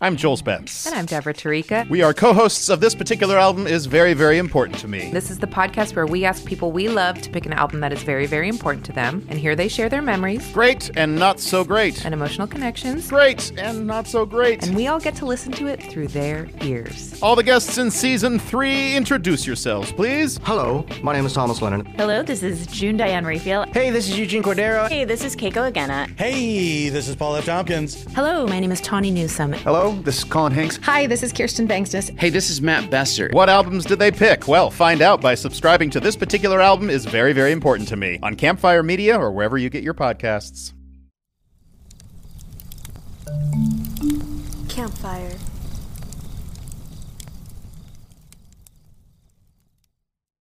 S7: I'm Joel Spence.
S8: And I'm Deborah Tarika.
S7: We are co hosts of this particular album, is very, very important to me.
S8: This is the podcast where we ask people we love to pick an album that is very, very important to them. And here they share their memories
S7: Great and not so great.
S8: and emotional connections.
S7: Great and not so great.
S8: And we all get to listen to it through their ears.
S7: All the guests in season three, introduce yourselves, please.
S9: Hello, my name is Thomas Lennon.
S10: Hello, this is June Diane Raphael.
S2: Hey, this is Eugene Cordero.
S10: Hey, this is Keiko Agena.
S11: Hey, this is Paul F. Tompkins.
S10: Hello, my name is Tawny Newsome.
S9: Hello, this is Colin Hanks.
S10: Hi, this is Kirsten Bangsness.
S11: Hey, this is Matt Besser.
S7: What albums did they pick? Well, find out by subscribing to this particular album is very, very important to me on Campfire Media or wherever you get your podcasts.
S6: Campfire.